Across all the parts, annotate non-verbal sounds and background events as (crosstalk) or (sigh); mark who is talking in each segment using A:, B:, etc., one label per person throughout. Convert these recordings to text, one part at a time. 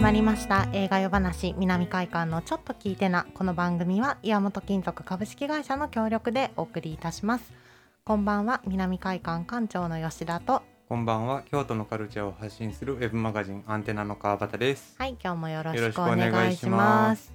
A: まりました映画夜話南海館のちょっと聞いてなこの番組は岩本金属株式会社の協力でお送りいたしますこんばんは南海館館長の吉田と
B: こんばんは京都のカルチャーを発信するウェブマガジンアンテナの川端です
A: はい今日もよろ
B: よろ
A: し
B: し
A: く
B: く
A: お
B: お
A: 願
B: 願
A: いし
B: い
A: ます
B: します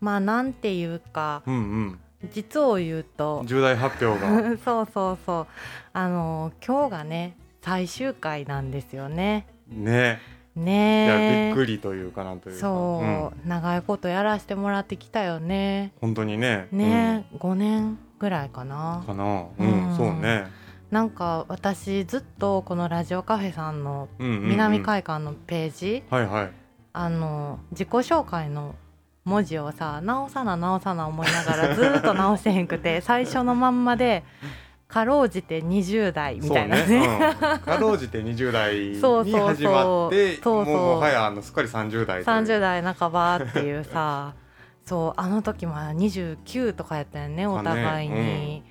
A: まあなんていうか
B: うんうん
A: 実を言うと
B: 重大発表が
A: (laughs) そうそうそうあの今日がね最終回なんですよね
B: ねいや
A: ね
B: びっくりというかなんというか
A: そう、長いことやらせてもらってきたよね
B: ん、本当にね
A: ね、5年ぐらいか
B: う、
A: なん
B: かなうん、
A: うん
B: そうね
A: なんか私ずっとこのラジオカフェさんの
B: うんうん、うん、
A: 南海岸のページ、
B: はいはい
A: あの自己紹介の文字をさ直さな直さな思いなが
B: (laughs)
A: らずーっと直せへんくて最初のまんまでかろうじて20代みたいな
B: そう
A: ね。
B: ね、うん、かろうじて20代
A: (laughs) そう
B: に
A: そうそう
B: 始まって
A: そうそう
B: もうもはやあのすっかり30代という
A: 30代半ばっていう
B: (laughs)
A: さそうあの時まだ29とかやったよねお互いに、
B: かね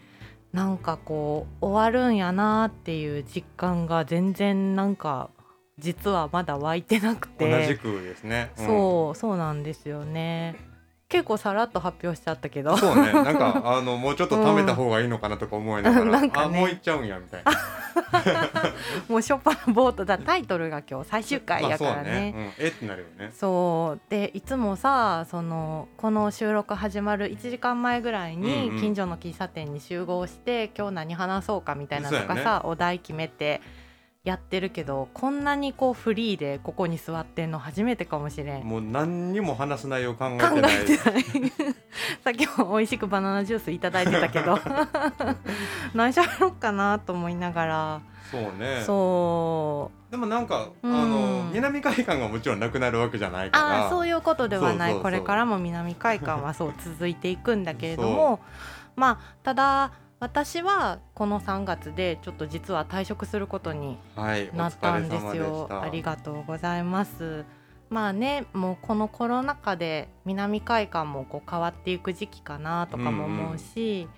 A: なんかこう終わるんやなっていう実感が全然なんか実はまだ湧いてなくて
B: 同じくですね、うん
A: そうそうなんですよね結構さらっと発表しちゃったけど
B: そうね、なんかあのもうちょっと貯めた方がいいのかなとか思いながら、
A: うん (laughs) なんかね
B: あもう行っちゃうんやみたいな。
A: もうしょっぱなボートだタイトルが今日最終回やから
B: まあそう
A: ね。
B: うん、えってなるよね。
A: そうでいつもさそのこの収録始まる1時間前ぐらいに
B: うんうん
A: 近所の喫茶店に集合して、今日何話そうかみたいなのとか
B: そう
A: さ
B: や、
A: お題決めてやってるけどこんなにこうフリーでここに座ってんの初めてかもしれん。
B: もう何にも話す内容考えて
A: 考
B: ない。
A: えてない (laughs) さっきも美味しくバナナジュースいただいてたけ
B: (laughs)
A: ど何しゃろうかなと思いながら、
B: そうね。
A: そう
B: でもなんか、
A: うん
B: あの南海岸がもちろんなくなるわけじゃないか
A: あ
B: ら。
A: あそういうことではない
B: そうそうそ
A: これ
B: う
A: からも南海岸はそう続いていくんだけれどもまあただ私はこの3月でちょっと実は退職することに
B: はい、お
A: なった
B: 疲れ
A: んで
B: 様
A: す
B: で
A: よ
B: し。た。
A: ありがとうございます。まあねもうこのコロナ禍で南海岸もこう変わっていく時期かなとかも思うし、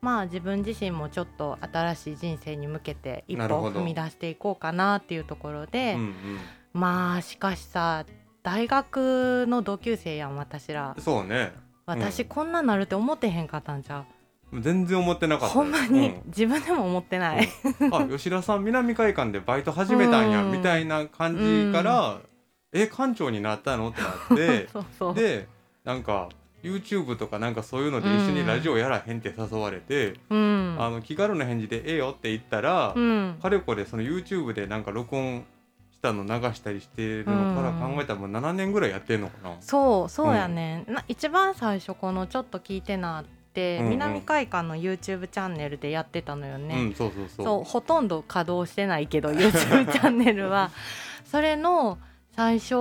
A: まあ自分自身もちょっと新しい人生に向けて一
B: なる
A: 歩
B: ほど
A: 踏み出していこうかなっていうところで、
B: うん
A: まあしかしさ大学の同級生やん私ら
B: うん。そうね。
A: 私こんななるって思ってへんかったんじゃ
B: 全然思ってな
A: う、
B: かった。
A: ほんまに、
B: う
A: 自分でも思ってない、
B: あ吉田さん南海館でバイト始めたんや、
A: うん
B: みたいな感じから、え館長になったのってな
A: (laughs) そうそう
B: ってでなんか YouTube とかなんかそういうので一緒にラジオやらへんって誘われて、
A: うん
B: あの気軽な返事で「ええよ」って言ったら、
A: うん
B: かれこれその YouTube でなんか録音したの流したりしてるのから
A: うん
B: 考えたらもう7年ぐらいやってんのかな。
A: そうそうやね、ん、な一番最初この「ちょっと聞いてな」って、
B: うんうん
A: 南海岸の YouTube チャンネルでやってたのよ
B: う
A: ね、
B: ん、そうそうそう。
A: そうほとんど稼働してないけど YouTube チャンネル
B: (laughs)
A: はそれの最初ウ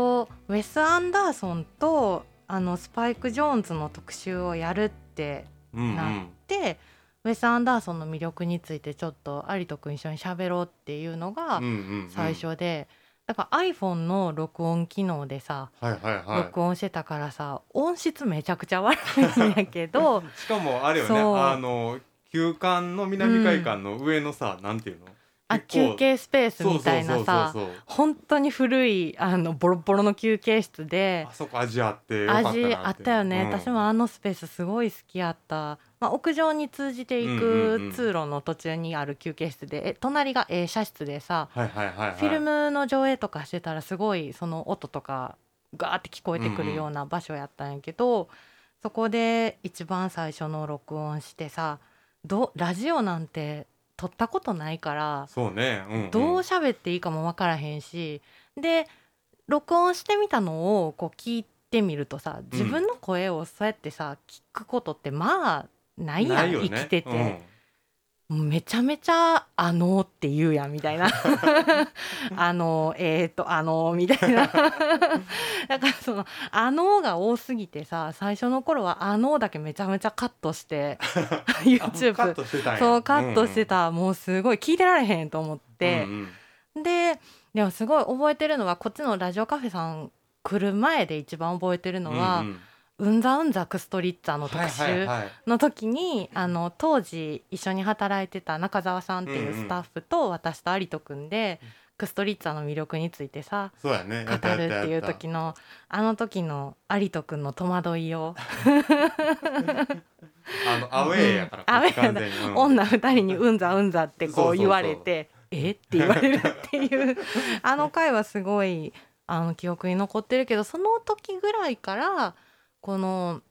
A: ェス・アンダーソンとあのスパイク・ジョーンズの特集をやるって
B: うんうん、
A: なでウェス・アンダーソンの魅力についてちょっと有人君一緒に喋ろうっていうのが
B: うんうんうん
A: 最。初で、だから iPhone の録音機能でさ、
B: はいはいは
A: 録音してたからさ音質めちゃくちゃ悪いんやけ
B: (laughs)
A: ど
B: い。しかもあれよね
A: そう
B: あの旧館の南海館の上のさ、なんていうの
A: あ
B: 結構
A: 休憩スペースみたいなさ
B: そうそうそうそう
A: 本当に古いあのボロボロの休憩室で
B: あそこ味あってよかったなって
A: 味あったよね、
B: うん
A: 私もあのスペースすごい好きやった、まあ、屋上に通じてい
B: うんう
A: く
B: んうん
A: 通路の途中にある休憩室で、え隣が映写室でさ
B: はいはいはい、はい、
A: フィルムの上映とかしてたらすごいその音とかガーって聞こえてくるような場所やったんやけど、そこで一番最初の録音してさどラジオなんて撮ったことないから
B: そうね、うんうん、
A: どう喋っていいかも分からへんし、で録音してみたのをこう聞いてみるとさ自分の声をそうやってさ聞くことってまあないや、
B: なんいよね
A: 生きてて。
B: うん
A: めちゃめちゃ「あの」って言うやんみた
B: (laughs)
A: いな「あのえっ、とあの」みたいな (laughs) だからその「あの」が多すぎてさ最初の頃は「あの」だけめちゃめちゃカットして
B: (laughs) あカッ
A: YouTube
B: トしてたんや
A: そうカットしてた、もうすごい聞いてられへんと思っ
B: うんうん
A: て
B: う、んうん
A: ででもすごい覚えてるのはこっちのラジオカフェさん来る前で一番覚えてるのは「う
B: うん
A: ん
B: うん
A: ざうんざクストリッツァ」の特集。
B: はいはいはい
A: の時にあの当時一緒に働いてた中澤さんっていうスタッフと私と有人くんで、クストリッツァの魅力についてさ
B: そうやね
A: 語るっていう時
B: に
A: のあの時の有人君の戸惑いを、
B: あのアウェーやから、
A: うんアウェーやな
B: 完全にうん
A: 女二人に「うんざうんざ」って
B: そうそう
A: こ
B: そう
A: う言われて「えっ?」て言われるっていうあの回はすごいあの記憶に残ってるけどその時ぐらいからこの、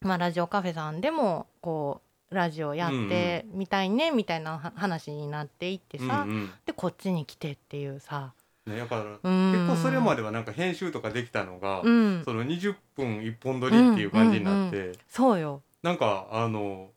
A: まあ、ラジオカフェさんでもこうラジオやってみたいねみたいなは話になっていってさ、
B: うん
A: でこっちに来てっていうさ、
B: うんね、やから
A: うん、
B: 結構それま
A: で、
B: ではなんか編集とかできたのが、
A: うん、
B: その20分一本撮りっていう感じになって、
A: そうよ
B: なんかあの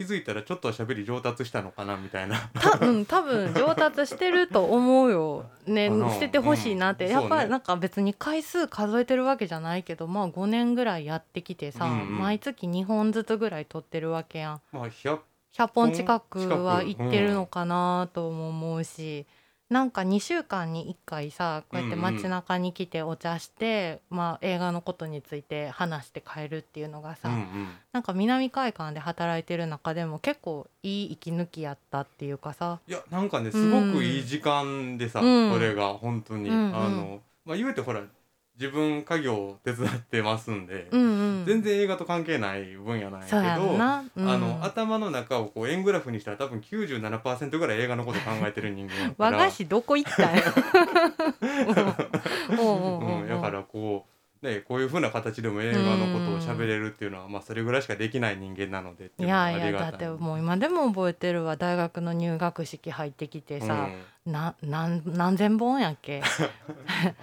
B: 気づいたらちょっとは喋り上達したのかなみたいな (laughs)
A: 多分多分上達してると思うよね
B: あの
A: 捨ててほしいなって、
B: うん
A: やっ
B: そう
A: ぱ
B: ね
A: なんか別に回数数えてるわけじゃないけどまあ5年ぐらいやってきてさ、
B: うんうん
A: 毎月2本ずつぐらい撮ってるわけやん
B: まあ100
A: 100本近くは行ってるのかなとも思うし、なんか2週間に1回さこうやって街中に来てお茶して、まあ、映画のことについて話して帰るっていうのがさ、
B: うんうん
A: なんか南海岸で働いてる中でも結構いい息抜きやったっていうかさ
B: いやなんかねすごくいい時間でさ、
A: うん
B: これが本当に、
A: うんうん
B: あのまあ言うてほら自分家業を手伝ってますんで、
A: うんうん
B: 全然映画と関係ない分野なんやけ
A: そうや
B: ど
A: んな、うん、
B: あの頭の中をこう円グラフにしたら多分97%ぐらい映画のこと考えてる人間やか
A: 和
B: ら
A: 菓子どこ行
B: (laughs)
A: ったんやおうおうおうおう
B: うん、だからこう、ね、こういうふうな形でも映画のことを喋れるっていうのは、まあ、それぐらいしかできない人間なのでって
A: いう
B: のは
A: や
B: あ
A: いや
B: りが
A: だ
B: た
A: ってもう今でも覚えてるわ大学の入学式入ってきてさ、ななん何千本やっけ
B: うん、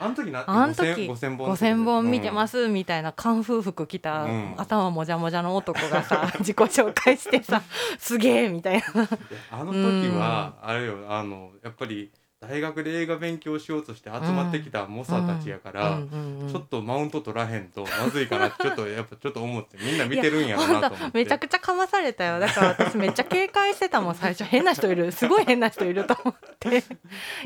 B: あの時な
A: あん時
B: 5000 5000本、
A: 5,000本見てますすみたいなカンフー服着た、
B: うん
A: 頭もじゃもじゃの男がさ (laughs) 自己紹介してさすげえみたいな。
B: いやあの時は、あれよあのやっぱり大学で映画勉強しようとして集まってきた猛者たちやから、
A: うんうんうん
B: ちょっとマウント取らへんとまずいかなってちょっとやっぱちょっと思ってみんな見てるんやろうなと思
A: ほ
B: っ
A: んと
B: て
A: めちゃくちゃかまされたよだから私めっちゃ警戒してたもん最初変な人い
B: (laughs)
A: るすごい変な人いると思ってい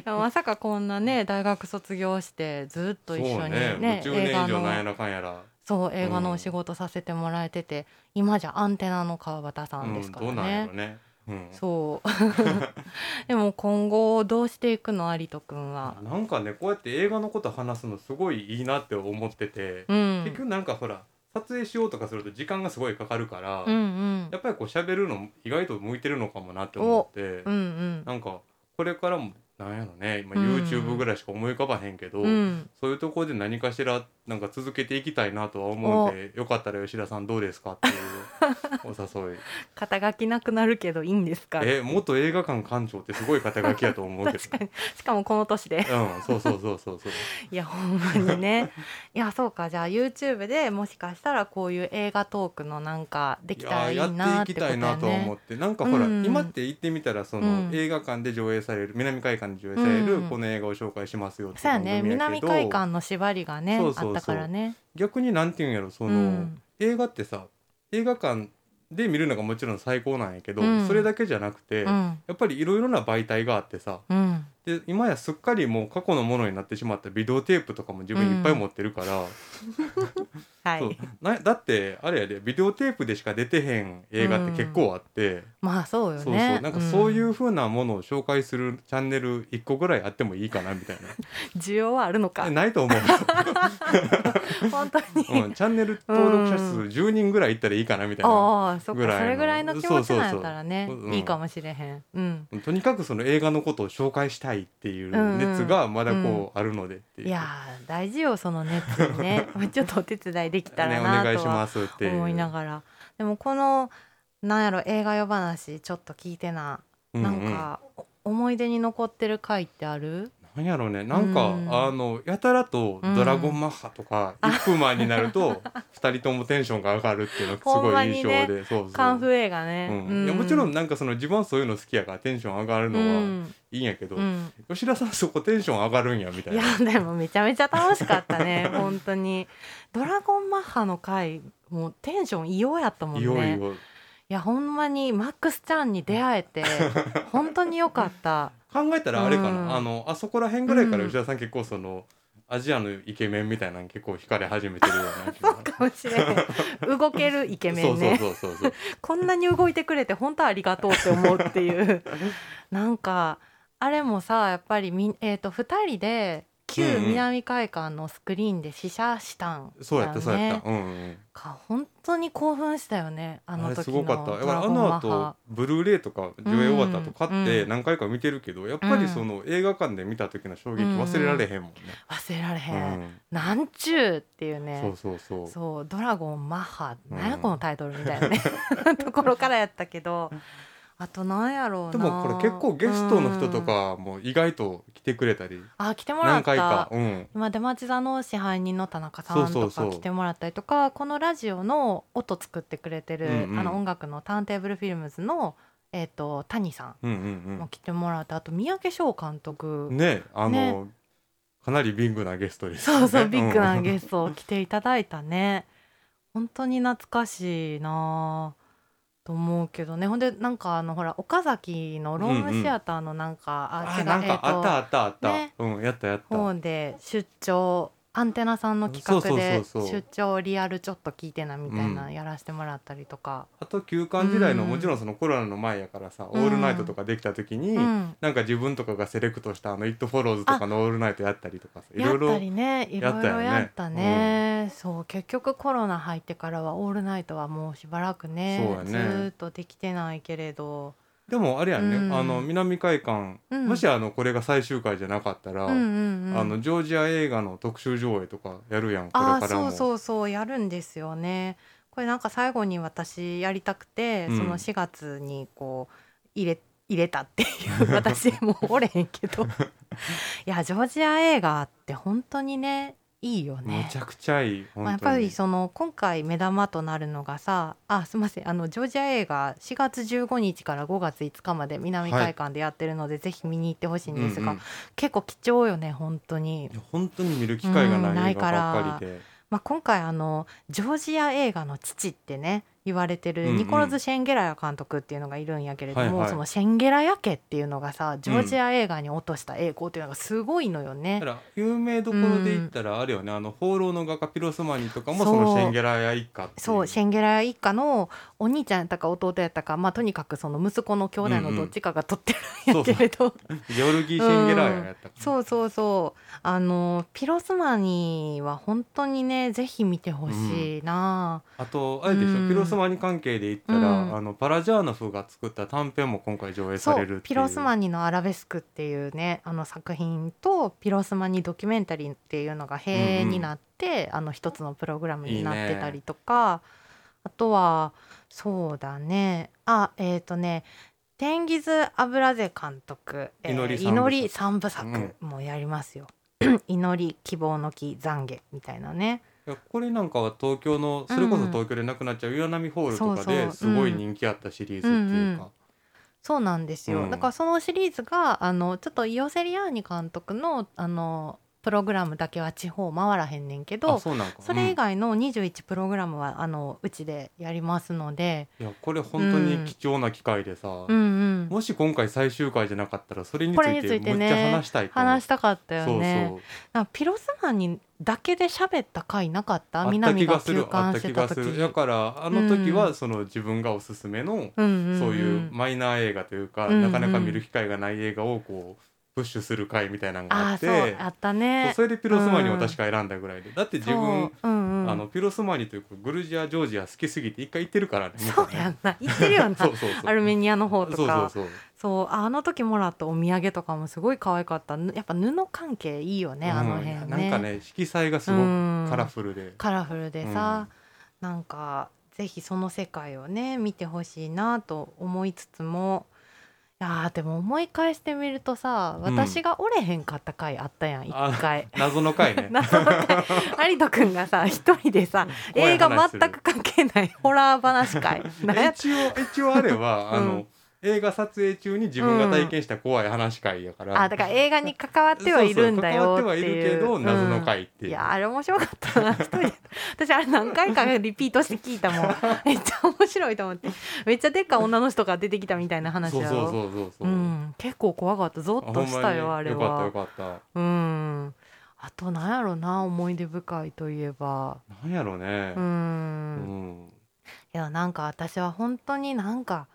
A: やまさかこんなね大学卒業してずっと一緒に
B: そうね
A: ね
B: もう10
A: 映
B: 年
A: 画
B: 以上なんや
A: の
B: らかんやら、
A: そう映画のお仕事させてもらえてて、今じゃアンテナの川端さ
B: うん
A: で
B: ん、
A: すか
B: ど
A: ら
B: うなんや
A: ね
B: ろ。ね、うん、
A: そう (laughs) でも今後どうしていくの有人くんは。
B: なんかねこうやって映画のこと話すのすごいいいなって思ってて、
A: うん、
B: 結局なんかほら撮影しようとかすると時間がすごいかかるから、
A: うんうん
B: やっぱりこう喋るの意外と向いてるのかもなって思って、
A: うんうん
B: なんかこれからもなんやろね今
A: うん
B: YouTube ぐらいしか思い浮かばへんけど、
A: うん
B: そういうところで何かしらなんか続けていきたいなとは思うんでよかったら吉田さんどうですかっていう
A: (laughs)
B: お誘い
A: 肩書きなくなるけどいいんですか
B: え元映画館館長ってすごい肩書きやと思うけ
A: (laughs)
B: ど
A: 確かにしかもこの年で
B: うんそうそうそうそ
A: (laughs)
B: うそう
A: いやほんまに
B: (laughs)
A: ねいやそうかじゃあ YouTube でもしかしたらこういう映画トークのなんかできたらいい
B: やーや
A: な
B: っ
A: ってて
B: いき
A: こ
B: た
A: と
B: いな
A: よ
B: とは思
A: ね。
B: って、なんかほら、
A: うん
B: 今って行ってみたらその、
A: うん
B: 映画館で上映される南海館で上映される、
A: うん
B: この映画を紹介しますよっていう
A: そうや
B: 番組
A: ね
B: やけど
A: 南海館の縛りがね
B: そうそうそう
A: あったからね。
B: 逆になんていうんやろその、
A: うん
B: 映画ってさ映画館で見るのがもちろん最高なんやけど、
A: うん
B: それだけじゃなくて、
A: う
B: や
A: ん
B: っぱりいろいろな媒体があってさ
A: うん
B: で今やすっかりもう過去のものになってしまったビデオテープとかも自分いっぱい持ってるから、
A: は
B: そう
A: い
B: なだってあれやでビデオテープでしか出てへん映画って結構あって。
A: まあそうよね。
B: そうそうなんかそうい
A: ん
B: う風なものを紹介するチャンネル一個ぐらいあってもいいかなみたい
A: 需要はあるの
B: な
A: か
B: えないと思
A: (laughs) 本当
B: う、
A: に。
B: うん、チャンネル登録者数10人ぐらいいったらいいかなみたいな、
A: ああそっか
B: ぐ
A: ら
B: いの
A: それぐらいの気持ちなんやったらね
B: そうそうそううん
A: いいかもしれへん。うん
B: とにかくその映画のことを紹介したいっていう熱がまだこうあるのでっていう、
A: いやー大事よその熱意
B: (laughs)
A: ねちょっとお手伝いできた
B: ね
A: ら
B: お
A: な
B: 願い
A: と
B: し
A: は
B: ますっていう
A: 思いながらでもこのなんやろ映画夜話ちょっと聞いてな、
B: うんうん
A: なんかお思い出に残ってる回ってある
B: なんやろうねなんか、
A: うん
B: あのやたらと「ドラゴンマッハ」とか「イップマン」になると2人ともテンションが上がるっていうのがす
A: ほん
B: ご
A: ま
B: い
A: に
B: 印象
A: ね
B: で、そうそう
A: カンフー映画ね、
B: うんいやもちろん
A: う
B: なんかその自分はそういうの好きやからテンション上がるの
A: う
B: は
A: ん
B: いいんやけど、
A: うん
B: 吉田さんそこテンション上がるんやみたい
A: いや
B: な。
A: でもめちゃめちゃ楽しかった
B: (laughs)
A: ね本当に「ドラゴンマッハ」の回もうテンション異様やったもんね
B: いよいよ
A: いやほんまにマックスちゃんに出会えて本当によかった
B: 考えたらあれかな、
A: うん
B: あのあそこら辺ぐらいから
A: うん
B: 吉田さん結構その、アジアのイケメンみたいなの結構惹かれ始めてるような気が
A: そうかもしれへ
B: (laughs)
A: ん動けるイケメンね
B: そうそうそうそう
A: (laughs) こんなに動いてくれて本当ありがとうって思うっていうなんかあれもさやっぱりみん、えー、と2人で旧
B: うんうん
A: 南海岸のスクリーンで試写したんだよね、
B: そうやったそうやった、うんうん、
A: か本当に興奮したよねあ
B: あ
A: の
B: れす
A: 時の
B: ごかったやっ
A: ド
B: ぱ
A: ラ
B: りあ
A: ゴン
B: の
A: マ
B: 後
A: ハ
B: ブルーレイとか上映終わった後買っ
A: う
B: て
A: ん
B: 何回か見てるけどやっぱりその映画館で見た時の衝撃忘れられへんもんね、
A: 忘れられ
B: う
A: へん、
B: ん
A: なんちゅうっていうね
B: そうそうそう
A: そう「ドラゴンマッハ」
B: うん
A: なんやこのタイトルみたい
B: (laughs)
A: なねところからやったけどあとなんやろうな
B: でもこれ結構ゲストの人と
A: うん
B: かも意外と来てくれたり
A: あ来てもらっ
B: 何
A: た
B: 回か、うん、
A: 今出町座の支配人の田中さん
B: そうそ
A: と
B: うそ
A: か
B: う
A: 来てもらったりとかこのラジオの音作ってくれてる、
B: うんうん
A: あの音楽のターンテーブルフィルムズの、えー、と谷さ
B: うんうん
A: ん
B: う
A: も
B: ん
A: 来てもらってあと三宅翔監督、
B: ねあの
A: ね
B: かなりビッグなゲストですよ
A: そ
B: ね
A: うそうビッグな
B: うん
A: ゲストを来ていただいたね本当に懐かしいなあと思うけどねほんでなんかあのほら岡崎のロームシアターのなんか、
B: あなんかあったあったあった、
A: ね
B: うんやったやった、
A: 本で出張アンテナさんの企画で
B: そうそうそうそう
A: 出張リアルちょっと聞いてなみたいな
B: う
A: のやらせてもらったりとか、
B: あと休館時代の
A: うん
B: もちろんそのコロナの前やからさ、
A: うん
B: オールナイトとかできた時に、
A: うん
B: なんか自分とかがセレクトしたあの「イット・フォローズ」とかの「オールナイト」やったりとかさい
A: や
B: ろい
A: っ
B: ろ
A: たりねい
B: や
A: ろ
B: っ
A: い
B: たよ
A: ろ
B: ね
A: やったねそう結局コロナ入ってからは「オールナイト」はもうしばらくね
B: そうやね
A: ずーっとできてないけれど、
B: でもあれやんね、
A: うん
B: あの南海館、
A: うん
B: もしあのこれが最終回じゃなかったら、
A: うんうんうん、
B: あのジョージア映画の特集上映とかやるやんこれ
A: あ
B: か
A: ー
B: ら
A: そ
B: も
A: うそうそうやるんですよねこれなんか最後に私やりたくて、
B: うん
A: その4月にこう入れ入れたっていう
B: (laughs)
A: 私もうおれへんけどいやジョージア映画って本当にねいいよ
B: め
A: ね
B: ち。ゃくちゃいい本当に、
A: まあ、やっぱりその今回目玉となるのがさあすいませんあのジョージア映画4月15日から5月5日まで南海館でやってるので、ぜひ見に行ってほしいんですが、
B: うんうん
A: 結構貴重よね本当に
B: いや本当に見る機会が
A: うん
B: な
A: ないい
B: 映画
A: から
B: ばっかりで、
A: まあ、今回あのジョージア映画の父ってね言われて
B: うんう
A: る
B: ん
A: ニコロズ・シェンゲラヤ監督っていうのがいるんやけれども、
B: はいはい
A: そのシェンゲラヤ家っていうのがさジョージア映画に落とした栄光っていうのがすごいのよね
B: だか。ら有名どころで言ったらあれよね、あの放浪の画家ピロスマニとか
A: そう
B: もそのシェンゲラや一家っていう
A: そうシェンゲラヤ一家のお兄ちゃんやったか弟やったか、まあ、とにかくその息子の兄弟のどっちかが撮ってるんやけれど、
B: ジョルギー・シェンゲラーやったか
A: (laughs) そうそうそうあのピロスマニーは本当にねぜひ見てほしいな、
B: あとあれでしょ、
A: うん
B: ピロスマニ関係で言ったら、
A: うん
B: あのパラジャーノフが作った短編も今回上映さ
A: そ
B: れるっていう
A: うピロスマニの「アラベスク」っていうねあの作品とピロスマニドキュメンタリーっていうのが
B: うん
A: 並
B: うん
A: になって、あの一つのプログラムになってたりとかあとはそうだねあえっ、とねテンギズ・アブラゼ監督「えー
B: 祈り三部作
A: 祈り三部作」もやりますよ。 (clears throat) 祈り希望の木懺悔みたいなね
B: いやこれなんかは東京のそれこそ東京でなくなっちゃう岩波ホールとか
A: そうそ
B: で
A: う
B: すごい人気あったシリーズっていうか、
A: そうなんですよ、
B: うん
A: だからそのシリーズがあのちょっとイオセリアーニ監督のあのプログラムだけは地方回らへんねんけ
B: あ
A: ど
B: そうなんか
A: それ以外の21プログラムはあのうちでやりますので、
B: うんいやこれ本当に貴重な機会でさ、
A: うんうん、
B: もし今回最終回じゃなかったらそれにつ
A: これにつ
B: い
A: い
B: て
A: て
B: め
A: ね
B: っちゃ話したいと思う
A: 話したかったよ
B: そう
A: ね。
B: そう
A: なんかピロスマンにだけで喋った回なかった
B: あった
A: 南
B: 気
A: が
B: がす
A: 休
B: るあ
A: 館
B: った
A: して
B: 気
A: た
B: が
A: 時
B: するだからあの時はその自分がおすすめの
A: うんうんうん
B: そういうマイナー映画というか、
A: うんうん
B: なかなか見る機会がない映画をこうプッシュする回みたいなのがあ
A: あ
B: っ
A: あ
B: て
A: そうあった
B: そう
A: ね
B: それでピロスマニを確か選んだぐらいでだって自分、
A: そううんうん、
B: あのピロスマニというかグルジアジョージア好きすぎて一回行ってるからね
A: そうや
B: ね
A: んな言ってるよな
B: そうそうそう
A: アルメニアの方とか
B: そうそうそう
A: そうあの時もらったお土産とかもすごい可愛かったぬやっぱ布関係いいよね、あの辺ね
B: うんなんかね色彩がすごく
A: カ
B: カラフルで、
A: カラフルでさ、なんかぜひその世界をね見てほしいなと思いつつもいやーでも思い返してみるとさ
B: うん
A: 私が折れへんかった回あったやん一回。
B: 謎の回ね
A: 謎の回有人くんが
B: (laughs)
A: さ一人でさ
B: 怖
A: 映
B: い話する
A: 画全く関係ない (laughs) ホラー話会 (laughs) なん
B: (laughs)
A: や
B: 一応一応あれは、
A: うん
B: あの映画撮影中に自分が体験した怖い話会やから、
A: あだから映画に関わってはいるんだよっていう
B: そうそう関わってはいるけど謎の
A: うん
B: 回っていう、
A: いやあれ面白かったな一人で私あれ何回かリピートして聞いた
B: (laughs)
A: もんめっちゃ面白いと思ってめっちゃでっかい女の人が出てきたみたいな話
B: そう
A: だ
B: そう
A: よ
B: そうそうそう、
A: ん、結構怖かったゾ
B: あ
A: ッとしたよあれ
B: よかった
A: は
B: よかった
A: うんあとなんやろな思い出深いといえば
B: なんやろうね
A: う
B: うんん
A: いやなんか私は本当になんか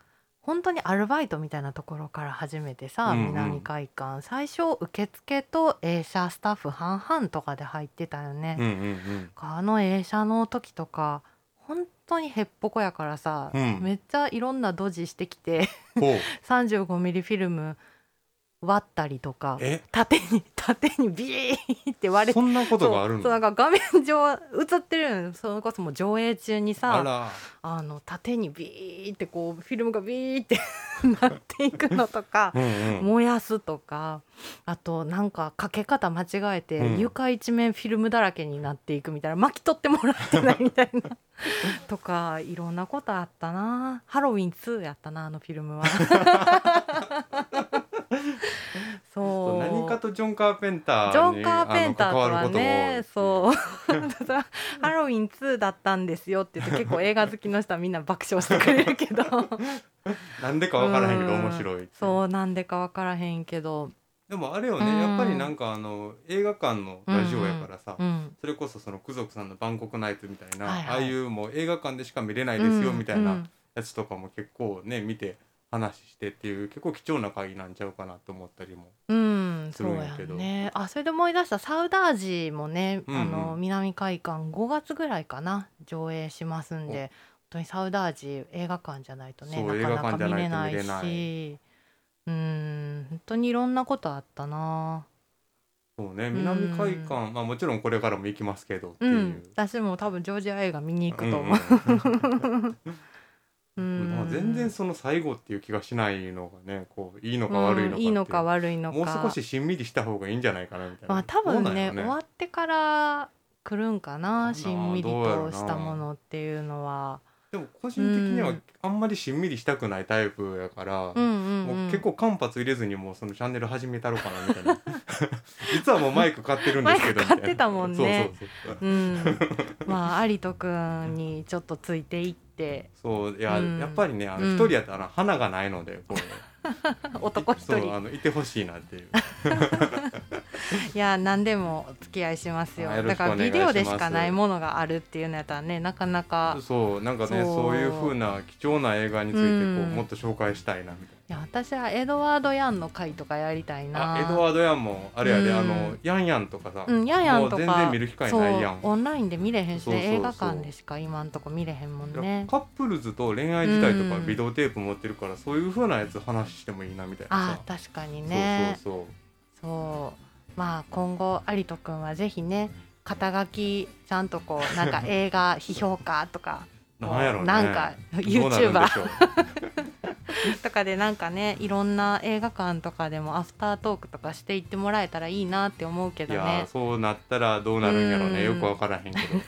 A: 本当にアルバイトみたいなところから始めてさ、
B: うんうん
A: 南海岸最初受付と営社スタッフ半々とかで入ってたよね、
B: うんうん
A: あの映写の時とか本当にへっぽこやからさ、
B: うん
A: めっちゃいろんなドジしてきて (laughs)
B: うんほう
A: 35ミリフィルム割ったりとか
B: え
A: 縦に縦にビーって割れて
B: そんなことがある
A: そうそう
B: の
A: なんか画面上映ってるのそれこそもう上映中にさ
B: あら
A: あの縦にビーってこうフィルムがビーって (laughs) なっていくのとか
B: うんうん
A: 燃やすとかあとなんかかけ方間違えて、
B: うん
A: 床一面フィルムだらけになっていくみたいな巻き取ってもらってないみたい
B: (laughs)
A: なとかいろんなことあったなハロウィン2やったなあのフィルム
B: (laughs)
A: は。そう
B: 何かとジョン・カーペンターに
A: ジョン・カーペンターと
B: あ
A: は
B: の関わ
A: ね
B: ること
A: そ
B: を
A: う (laughs) だからハロウィン2だったんですよって言って結構映画好きの人はみんな爆笑してくれる
B: (laughs)
A: けど
B: なんでかわからへんけど
A: うん
B: 面白いって
A: そうなんでか分からへんけど、
B: でもあれよね
A: うん
B: やっぱりなんかあの映画館のラジオやからさ
A: うん、
B: それこそそのクゾクさんの「バンコクナイト」みたいな、
A: はいはい
B: ああいうもう映画館でしか見れないですよみたい
A: うんう
B: なんやつとかも結構ね見て話してっていう結構貴重な会なんちゃうかなと思ったりも。
A: うん、
B: す
A: そ
B: る
A: うん
B: や
A: や
B: けど
A: ね。あ、それで思い出したサウダージもね、
B: うんうん
A: あの南海岸5月ぐらいかな上映しますんで、本当にサウダージ映画館じゃないとね
B: そう
A: なかなか見
B: 映画館じ
A: れ
B: ゃ
A: な
B: ないい
A: し、
B: と見れない
A: うん、本当にいろんなことあったな。
B: そうね南海岸、まあもちろんこれからも行きますけどって
A: う
B: い
A: ん
B: う、。
A: 私も多分ジョージア映画見に行くと思う。
B: うんうんまあ全然その最後っていう気がしないのがねこういいのか悪いのか
A: うん
B: って
A: い
B: い
A: いうのか悪いのか
B: もう少ししんみりした方がいいんじゃないかなみたいな。
A: まあ多
B: どう
A: 分
B: なん
A: ね
B: やろ
A: 終わってから来るんかな
B: どうなん
A: しんみり
B: どうやろ
A: と
B: な
A: したものっていうのは。
B: でも個人的に
A: う
B: は
A: ん
B: あんまりしんみりしたくないタイプやから、
A: うんうん
B: もう
A: うん、
B: 結構間髪入れずにもうそのチャンネル始めたろうかなみたいな (laughs) 実はもうマイク買ってるんですけど
A: マイク買ってたもんね
B: そうそ
A: う
B: う
A: ん、まあ有人くんにちょっとついていって
B: そうそういや、
A: うん
B: やっぱりねあの
A: うん
B: 一人やったら花がないのでこう
A: (laughs) 男一
B: そうあ
A: 人
B: のいてほしいなっていう
A: いや何でもお付き合いしますよ
B: はいよろ
A: だ
B: しくお
A: から
B: 願いし
A: ビ
B: ます
A: デオでしかないものがあるっていうのやったらねなかなか
B: そうなんか
A: そ
B: ね
A: う
B: そういう風な貴重な映画についてこう、
A: うん
B: もっと紹介したいなみたい
A: いや私はエドワード・ヤンの回とかやりたい
B: な
A: な
B: あエドワード・ヤンもあれやで、
A: うん
B: あのヤンヤンとかさ、
A: うん、ヤンヤンとか
B: もう全然見る機会ないやん
A: そうオンラインで見れへんし
B: そうそうそう
A: 映画館でしか今んとこ見れへんもんね
B: カップルズと恋愛自体とか
A: うん
B: ビデオテープ持ってるから、そういう風なやつ話してもいいなみたいな
A: あ
B: さ
A: ー確かにね
B: そうそう
A: そうまあ今後有人くんはぜひね肩書きちゃんとこうなんか映画批評家とか
B: そうなんやろうね
A: なんか
B: どうなるんでしょう
A: とかでなんかねいろんな映画館とかでもアフタートークとかしていってもらえたらいいなって思うけ
B: い
A: ど
B: や
A: ね
B: ーそうなったらどうなるんやろうね
A: う
B: よ
A: ん
B: くわからへんけど、う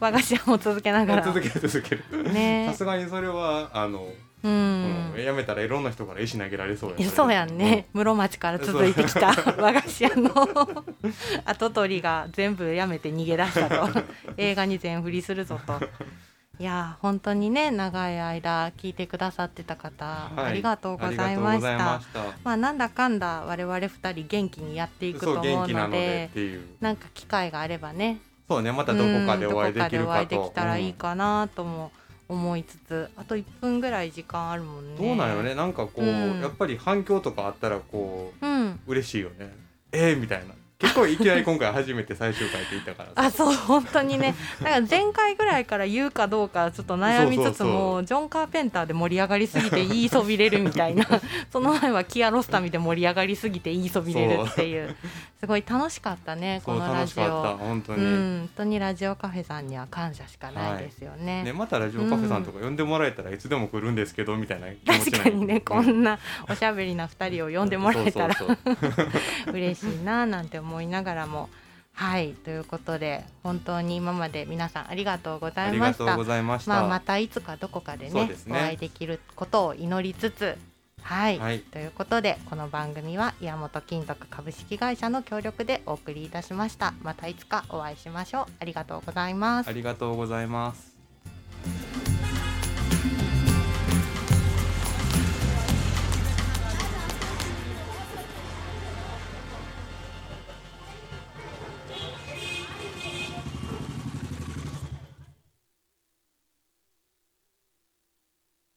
A: 和菓子屋も続けなが
B: ん、
A: ら
B: (laughs) 続ける続ける
A: ね
B: さすがにそれはあの、
A: う
B: うん
A: ん、
B: やめたらいろんな人から石投げられそう
A: い
B: や
A: やそうやんね、室町から続いてきた (laughs) 和菓子屋の跡取りが全部やめて逃げ出した
B: (laughs)
A: と映画に全振りするぞといやー本当にね長い間聞いてくださってた方、
B: はい
A: ありがとうございまし
B: あ
A: た
B: りが
A: ま
B: とうございまし
A: あなんだかんだ我々2人元気にやってい
B: た
A: くと思
B: そうう
A: の
B: 元気
A: で
B: な
A: な
B: のでっていう
A: なんか機会があればね
B: そうねまたどこかで
A: うん
B: お会いでき
A: どこか
B: るか
A: でお会いで
B: と
A: きたらいいかなとも思いつつあと1分ぐらい時間あるもんね
B: うんどうなんやろうねなんかこう、
A: うん
B: やっぱり反響とかあったらこう
A: うん
B: 嬉しいよねえー、みたいな結構いきなり今回初めて最終回って言ったから
A: (laughs)
B: さ
A: あそう本当にねだから前回ぐらいから言うかどうかちょっと悩みつつも
B: そうそうそ
A: ジョン・カーペンターで盛り上がりすぎて言いそびれるみたい
B: (laughs)
A: なその前はキアロスタミで盛り上がりすぎて言いそびれるっていうすごい楽しかったねこ
B: そう
A: のラ
B: 楽し
A: ジ
B: かった
A: オ。
B: 本当
A: う
B: に、
A: ん、本当にラジオカフェさんには感謝しかないですよね。
B: ね、またラジオカフェさんとか呼んでもらえたらいつでも来るんですけどみたいな気持
A: 確
B: ち
A: かにね、こ
B: なん
A: なおしゃべりな2人を呼んでもらえたら
B: そうそう
A: (laughs)
B: そう
A: 嬉しいななんて思いながらも。はいということで本当に今まで皆さんありがとうござ
B: あ
A: い
B: り
A: ま
B: が
A: した
B: とう。ございました。
A: まあ、またいつかどこかで
B: そう
A: ね
B: です
A: お
B: ね
A: 会いできることを祈りつつはい、
B: はい
A: ということでこの番組は岩本金属株式会社の協力でお送りいたしましたまたいつかお会いしましょうありがとうございます
B: ありがとうございます。